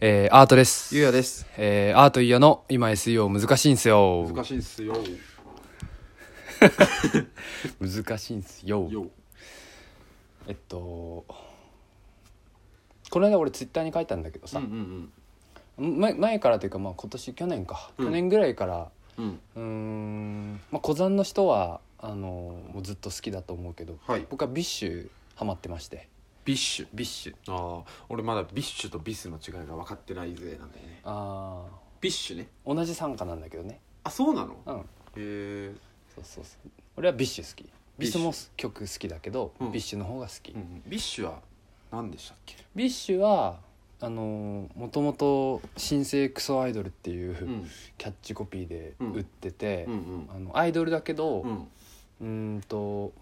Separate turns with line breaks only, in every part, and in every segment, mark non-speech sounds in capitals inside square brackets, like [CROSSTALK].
えー、アートです。
ゆうやです
えー、アートイヤの今 SEO 難しいんすよ。
難しいっすよ
難しいんすよ。
よ
えっと、この間俺ツイッターに書いたんだけど
うん
さ
う、ん
前前からというか、まあ今年、去年か。
うん
去年ぐらいから、
うんうん
うーん、まあ、小山の人は、あの、もうずっと好きだと思うけど、
はい
僕はビッシュハマってまして。
ビッシュ
ビッシュ。
ああ俺まだビッシュとビスの違いが分かってないぜなんだよね
ああ、
ビッシュね
同じ傘下なんだけどね。
あそうなの
うん。
へえ
そうそうそう。俺はビッシュ好き。ビ
ビッ
ス
シュ
も曲好きだけど、
うん
ビッシュの方が好き。
ビッシュは何でしたっけ
ビッシュはあのもともと「新生クソアイドル」っていうううんキャッチコピーで
うん
売ってて、
うんうん
あのアイドルだけど、
うん
うーんと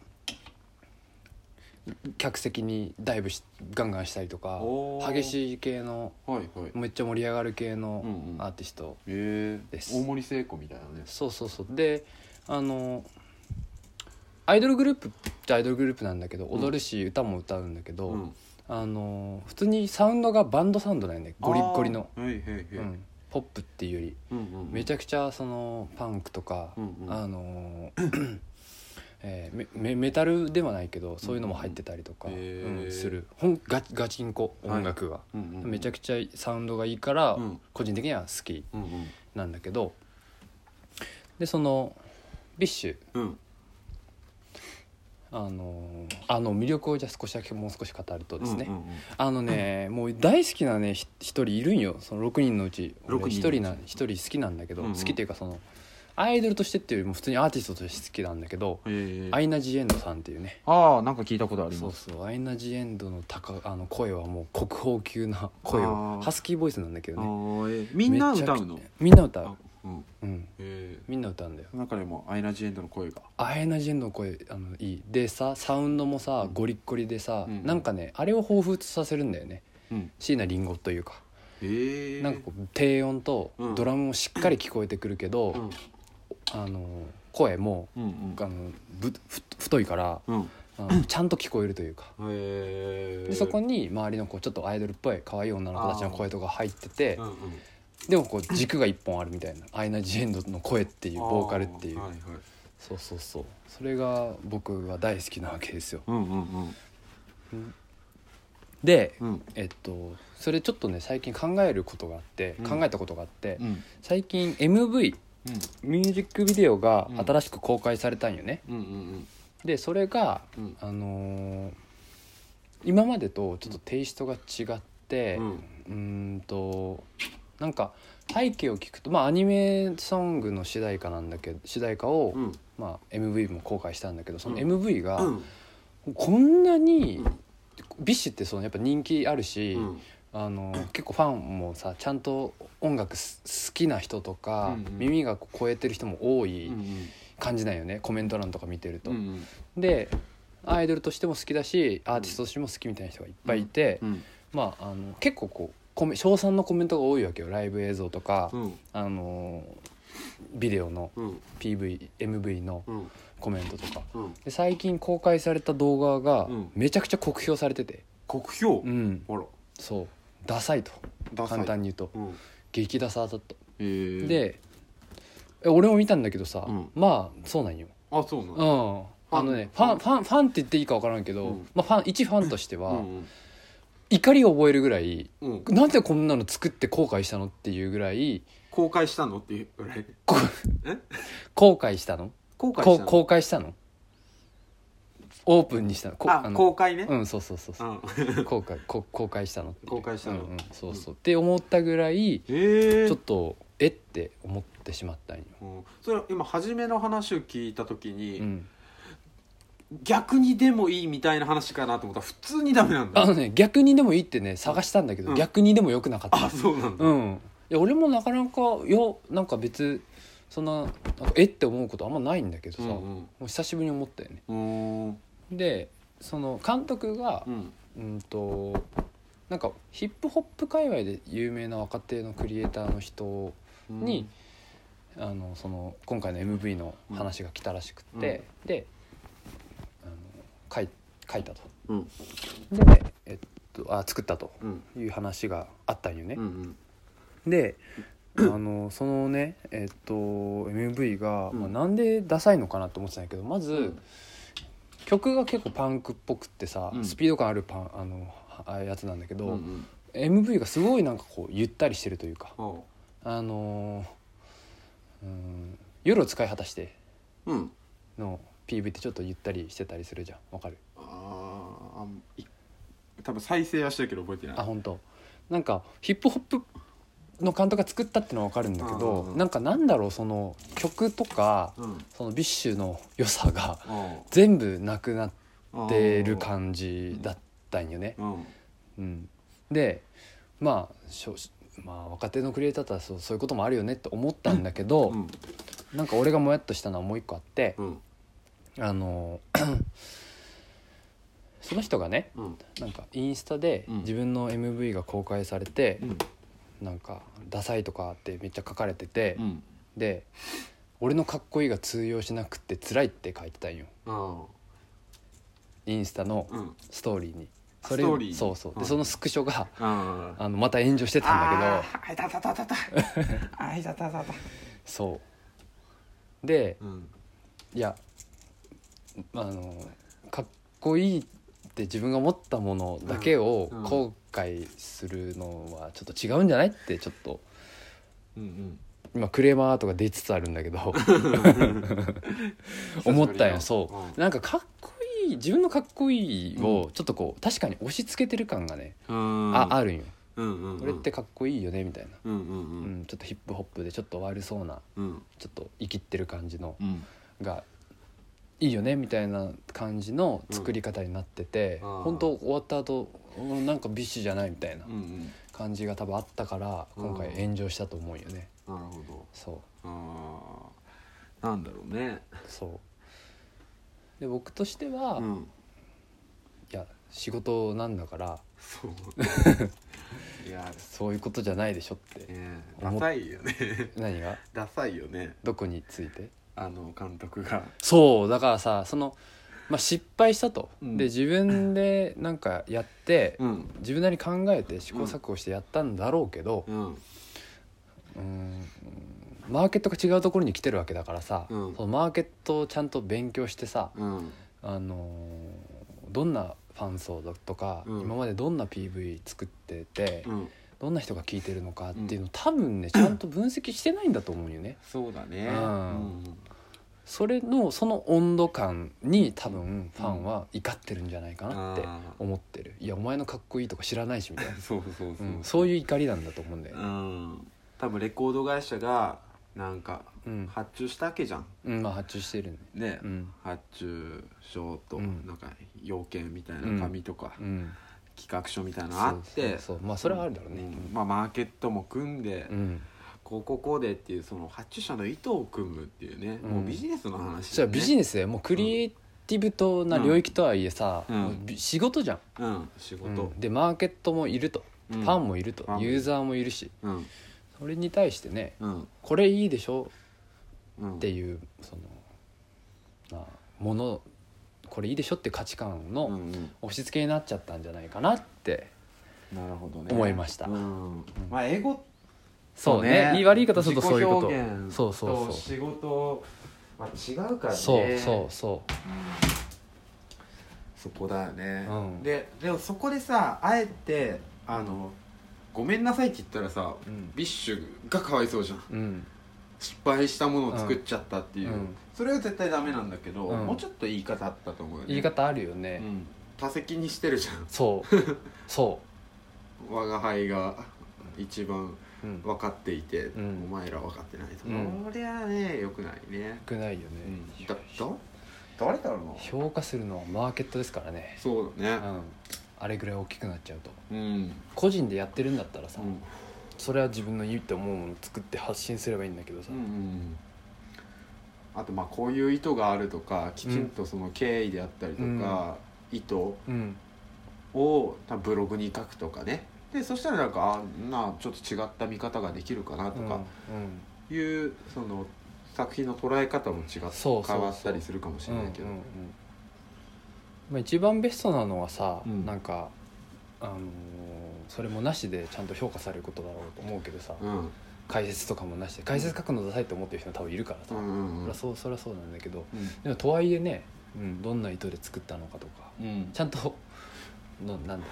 客席にダイブしガンガンしたりとか
おー
激しい系の
はいはい
めっちゃ盛り上がる系
う
の
んうん
アーティスト、
へえ
です
大森聖子みたいなね
そうそうそうであのアイドルグループってアイドルグループなんだけど
うん
踊るし歌も歌うんだけど、
うん
あの普通にサウンドがバンドサウンドなんだよゴリッゴリの。
あーはいはいはい
うん、ポップっていうより
うんうん
めちゃくちゃそのパンクとか、
うんうん
あのーえーメメメタルではないけどそういうのも入ってたりとか、
うんへー
うんするほんガチガチンコ
はい
音楽が、
うんうん
めちゃくちゃサウンドがいいから、
うん
個人的には好き
うんうん
なんだけどでそのビッシュ
うん
あのーあの魅力をじゃあ少しだけもう少し語るとですね、
うんうんうん
あのね、もう大好きなねひ一人いるんよその6人のうち俺
六人
一
のうち
人な一人好きなんだけど、
うんうん
好きっていうかそのアイドルとしてっていうよりも普通にアーティストとして好きなんだけど、
へえ
アイナ・ジ・エンドさんっていうね
ああなんか聞いたことあり
そ
ま
う
す
そうアイナ・ジ・エンドの高あの声はもう国宝級な声を
あー
ハスキーボイスなんだけど
あ
ね
ーえーみんな歌うの
めちゃくちゃみんな歌う
あ、うん
うん、
え
みんな歌うんだよ
ー、中でもアイナ・ジ・エンドの声が
アイナ・ジ・エンドの声あのいいでさサウンドもさ
うん
ゴリッゴリでさ、
うん
なんかねあれを彷彿とさせるんだよね
うん
椎名林檎というか
えー、
なんかこう低音と
うん
ドラムもしっかり聞こえてくるけど、
うん
あの声も
うんうん
あのぶふ太いから
うん
あのちゃんと聞こえるというか
へえ
でそこ
に、
に周りのこうちょっとアイドルっぽい可愛い女の子たちの声とか入ってて
うんうん、
でもこう軸が一本あるみたいなアイナ・ジ・エンドの声っていうボーカルっていう
あーはいはい、
そうそうそうそれが僕は大好きなわけですよ
うんうん
で
うんうん
えっとそれちょっとね最近考えることがあって
うん
考えたことがあって
うん
最近 MV ミュージックビデオが新しく公開されたんよね、
うんうんうん
でそれが、
うん
あのー今までとちょっとテイストが違って
う
うんーんとなんか背景を聞くとまあアニメソングの主題歌なんだけど主題歌を、
うん
まあ、MV も公開したんだけどその
うん
MV が、
うん
こんなに、
うん
ビッシュってそのやっぱ人気あるし、
うん
あの結構ファンもさちゃんと音楽す好きな人とか、
うんうん
耳がこう超えてる人も多い
うん
感じなんよね、コメント欄とか見てると。
うん
でアイドルとしても好きだしアーティストとしても好きみたいな人がいっぱいいて、
うん
まああの結構こうコメ称賛のコメントが多いわけよライブ映像とか、
うん
あのビデオの
うん
PVMV の
うん
コメントとか
うん
で最近公開された動画が
うん
めちゃくちゃ酷評されてて、
国評
うん
あら
そうダサいと
ダサい
簡単に言うと
うん
激ダサだった、
えー、
でえ俺も見たんだけどさ、
うん
まあそうなんよ
あそう
う
な
んんあのねファンファンファンって言っていいか分からんけど、
うん
まあ、ファン一ファンとしては、
うん
怒りを覚えるぐらい
うんうん
なぜこんなの作って後悔したのっていうぐらい
公開したのっていうぐらい
こ
え
後悔したの
公開
こう
したの
公開したのオープンにしたのこ
あ
あの
公開ね、
うんそうそうそうそう
うん、
後悔こ公開したのっていう
公開したの
うんうんそうそう、って思ったぐらい
ええ
ちょっとえって思ってしまったんよ、
うんそれ今初めの話を聞いた時に、
うん、
逆にでもいいみたいな話かなと思ったら普通にダメなんだ
あのね逆にでもいいってね探したんだけど、
うん
逆にでもよくなかった
あそうなんだ、
うんいや俺もなかなかいやなんか別そんななんかえって思うことあんまないんだけどさ、も
ん
う久しぶりに思ったよね
うんうーん
でその監督が
うん
うんとなんかヒップホップ界隈で有名な若手のクリエイターの人
うん
に、あのその今回の MV の話が来たらしくって、であの書い書いたと。
うん
でえっとあ作ったと
うん
いう話があったんよね
うんう、ん
であのそのねえっと MV が、
うん
まあ、なんでダサいのかなと思ってたんやけどまず、
うん
曲が結構パンクっぽくってさ、
うん
スピード感あるパンあのあやつなんだけど、
うんうん
MV がすごいなんかこうゆったりしてるというか
おう
あのーうん「夜を使い果たして
うん」
の PV ってちょっとゆったりしてたりするじゃんわかる
あーあんい多分再生はしてるけど覚えてない
あ本当なんかヒップホップの監督が作ったってのはわかるんだけど、
うん
なんかなんだろうその曲とか
うん
そのビッシュの良さが [LAUGHS]
おう
全部なくなっ
あー
てる感じだったんよね。
うん
うん、でまあしょまあ若手のクリエイターだったらそうそういうこともあるよねって思ったんだけど、
うん
なんか俺がもやっとしたのはもう一個あって、
うん
あの [CLEARS THROAT] その人がね
うん
なんかインスタで
うん
自分の MV が公開されて
う、ん
なんか「ダサい」とかってめっちゃ書かれてて、
うん
で「俺のかっこいいが通用しなくて辛い」って書いてたんよ
あ
インスタの
ーうん
ストーリーに。
あ
それ
ストーリーに
そうそうで、
うん
そのスクショが
あー
あのまた炎上してたんだけど
あーあいたた
[LAUGHS]
たたたあいたたたた
そうで
うん
いやあのかっこいいって自分が思ったものだけを
うんうん
後悔するのはちょっと違うんじゃないってちょっと
うん
今クレーマーとか出つつあるんだけ
[LAUGHS]
ど
うん
思ったんよ
久し
そ
ぶりの
うなんかかっこいい自分のかっこいいをちょっとこう確かに押し付けてる感がね
うん
ああるんよ
うんうんうん
これってかっこいいよねみたいな
うんうんう
うんんちょっとヒップホップでちょっと悪そうな
うん
ちょっと生きってる感じの
うん
がいいよねみたいな感じの作り方になってて、
うんあー
本当終わった後うんなんかビッシュじゃないみたいな
うんうん
感じが多分あったから
うん
今回炎上したと思うよね、
なるほど
そ
あーなんだろうね
うそうで僕としては、
う
い
ん
や仕事なんだから [LAUGHS]
そういや
そういうことじゃないでしょって
ね
思
ダ
っ
サいよね [LAUGHS]
何が
ダサいよね
どこについて
あの監督が
そうだからさその、まあ、失敗したと、
うん
で自分でなんかやって、
うん
自分なりに考えて試行錯誤してやったんだろうけど、
うん
うーんマーケットが違うところに来てるわけだからさ、
うん
そのマーケットをちゃんと勉強してさ、
うん
あのーどんなファン層だとか、
うん
今までどんな PV 作ってて、
うん
どんな人が聴いてるのかっていうのを多分ねちゃんと分析してないんだと思うよね。
そうだね
うんそれのその温度感に多分ファンは怒ってるんじゃないかなって
あ
思ってる。いやお前のかっこいいとか知らないしみたいな、
ー、そうそうそううん
そういう怒りなんだと思うんだよ
う
ね。
ん多分レコード会社がなんか
うん、
発注したわけじゃん
うん、まあ発注してるね。
ね
うん、
発注書と
うん
なんか要件みたいな紙とか
うん。
企画書みたいなのあって
そうそうそうまあそれはあるだろうね
んまあマーケットも組んで
うん
こうこうこうでっていうその発注者の意図を組むっていうね
うん
もうビジネスの話
じゃあビジネスでもうクリエイティブとな領域とはいえさ、
うん
もうび仕事じゃん、
スうん仕事
でマーケットもいると、
うん
ファンもいると
ファンもいる
ユーザーもいるし
うん
それに対してね
うん
これいいでしょ
うん
っていうそのまあものこれいいでしょって価値観
うん
の
うん
押し付けになっちゃったんじゃないかなって
なるほどね
思いました
うんまあ英語
そうね言い悪い方するとそういうこと
自己表現
そうそうそう
仕事まあ違うからね
そうそうそ
そこだよね、
うん
ででもそこでさあえてあの「ごめんなさい」って言ったらさ
ううん
ビッシュがかわいそうじゃん
うん
失敗したものを作っちゃったっていう、
うん
それは絶対ダメなんだけど、
うん
もうちょっと言い方あったと思うよね
言い方あるよ
う
ね、
ん多席にしてるじゃん
そう
[LAUGHS]
そ
我輩が一番
う、うん、
分かっていて、
うん
お前ら分かってないと、
うん
そりゃねよくないね、
くないよね、
うん、だだ誰だろうな
評価するのはマーケットですからね、
そう
う
だね
ん、あれぐらい大きくなっちゃうと
うん、
個人でやってるんだったらさ、
うん
それは自分のいいって思うものを作って発信すればいいんだけどさ、
うんうんうんあとまあこういう意図があるとかきちんとその経緯であったりとか、意図
うん
を多分ブログに書くとかねでそしたらなんかあなあちょっと違った見方ができるかなとか
う
いう、その作品の捉え方も違っ変
そうそうそう
わったりするかもし
ん
れ
うん
ないけど
うんうんまあ、一番ベストなのはさ、
うん
なんかあのーそれもなしでちゃんと評価されることだろうと思うけどさ、
うんうん
解説とかもなしで解説書くのダサいって思ってる人も多分いるからさ、
うん
そ
うん
りゃそうそりゃそうなんだけど
うん
でもとはいえね、うん、どんな意図で作ったのかとか
うん
ちゃんとのなんだ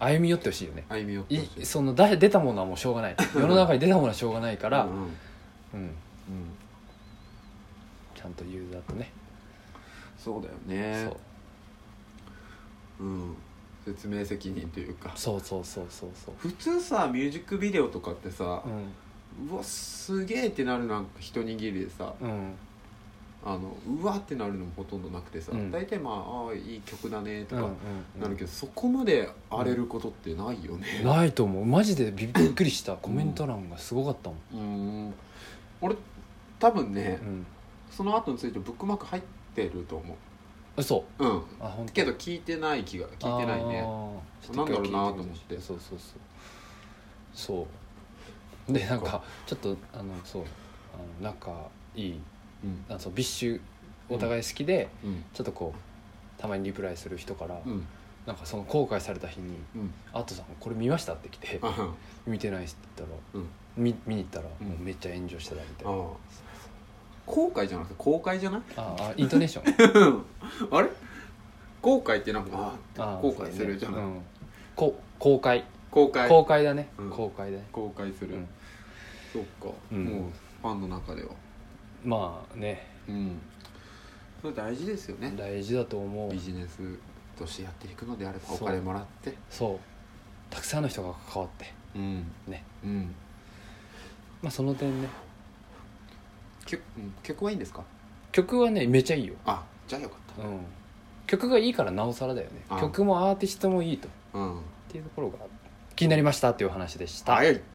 歩み寄ってほしいよね
歩み寄って
い
ほしい
そのだ出たものはもうしょうがない世の中に出たものはしょうがないから、
うんうんう
う
ん
んちゃんとユーザーとね、
そうだよね
そう
うん説明責任というか
そうそうそうそうそう
普通さミュージックビデオとかってさ
う、ん
うわすげえってなるなんか一握りでさ
うん
あのうわってなるのもほとんどなくてさ、
うん
大体まあああいい曲だねと
うん
か
うん
なるけど、そこまで荒れることってないよね、
ないと思うマジでびっくりしたコメント欄がすごかったもん、
うーん俺多分ね、
うん、
その後についてブックマーク入ってると思
嘘
ううん
あ本当
けど聞いてない気が聞いてないね
あー
なんだろうなと思
ちょと一回聞
って
いみるそうそうそうそうでなんかちょっとあのそうあの仲いい
うん
あそうビッシュお互い好きで、
うん
ちょっとこうたまにリプライする人から、
うん
なんかその後悔された日に
うん
「アートさんこれ見ました?」って来て
あはん
「見てない」って言ったら、
うん
み見に行ったら、
うん
もうめっちゃ炎上してたみたい
あ
な
あ後悔じゃなくて後悔じゃない
ああイントネーション
[LAUGHS] あれ後悔ってなんかあ
あ
ーって後悔するじゃない、
うん、こ公開
後悔
公開だね、
うん
公開だね、
後悔す
う
る、
ん
そっか、
うん
もうファンの中では
まあね
うんそれ大事ですよね
大事だと思う
ビジネスとしてやっていくのであれば
そう
お金もらって
そうたくさんの人が関わって
うん
ね
うん
まあその点ね
曲うん曲はいいんですか
曲はねめちゃいいよ、
あじゃあよかっ
うん、曲がいいからなおさらだよね
あ
曲もアーティストもいいとった
うん
ていうところが気になりましたっていうお話でした
はい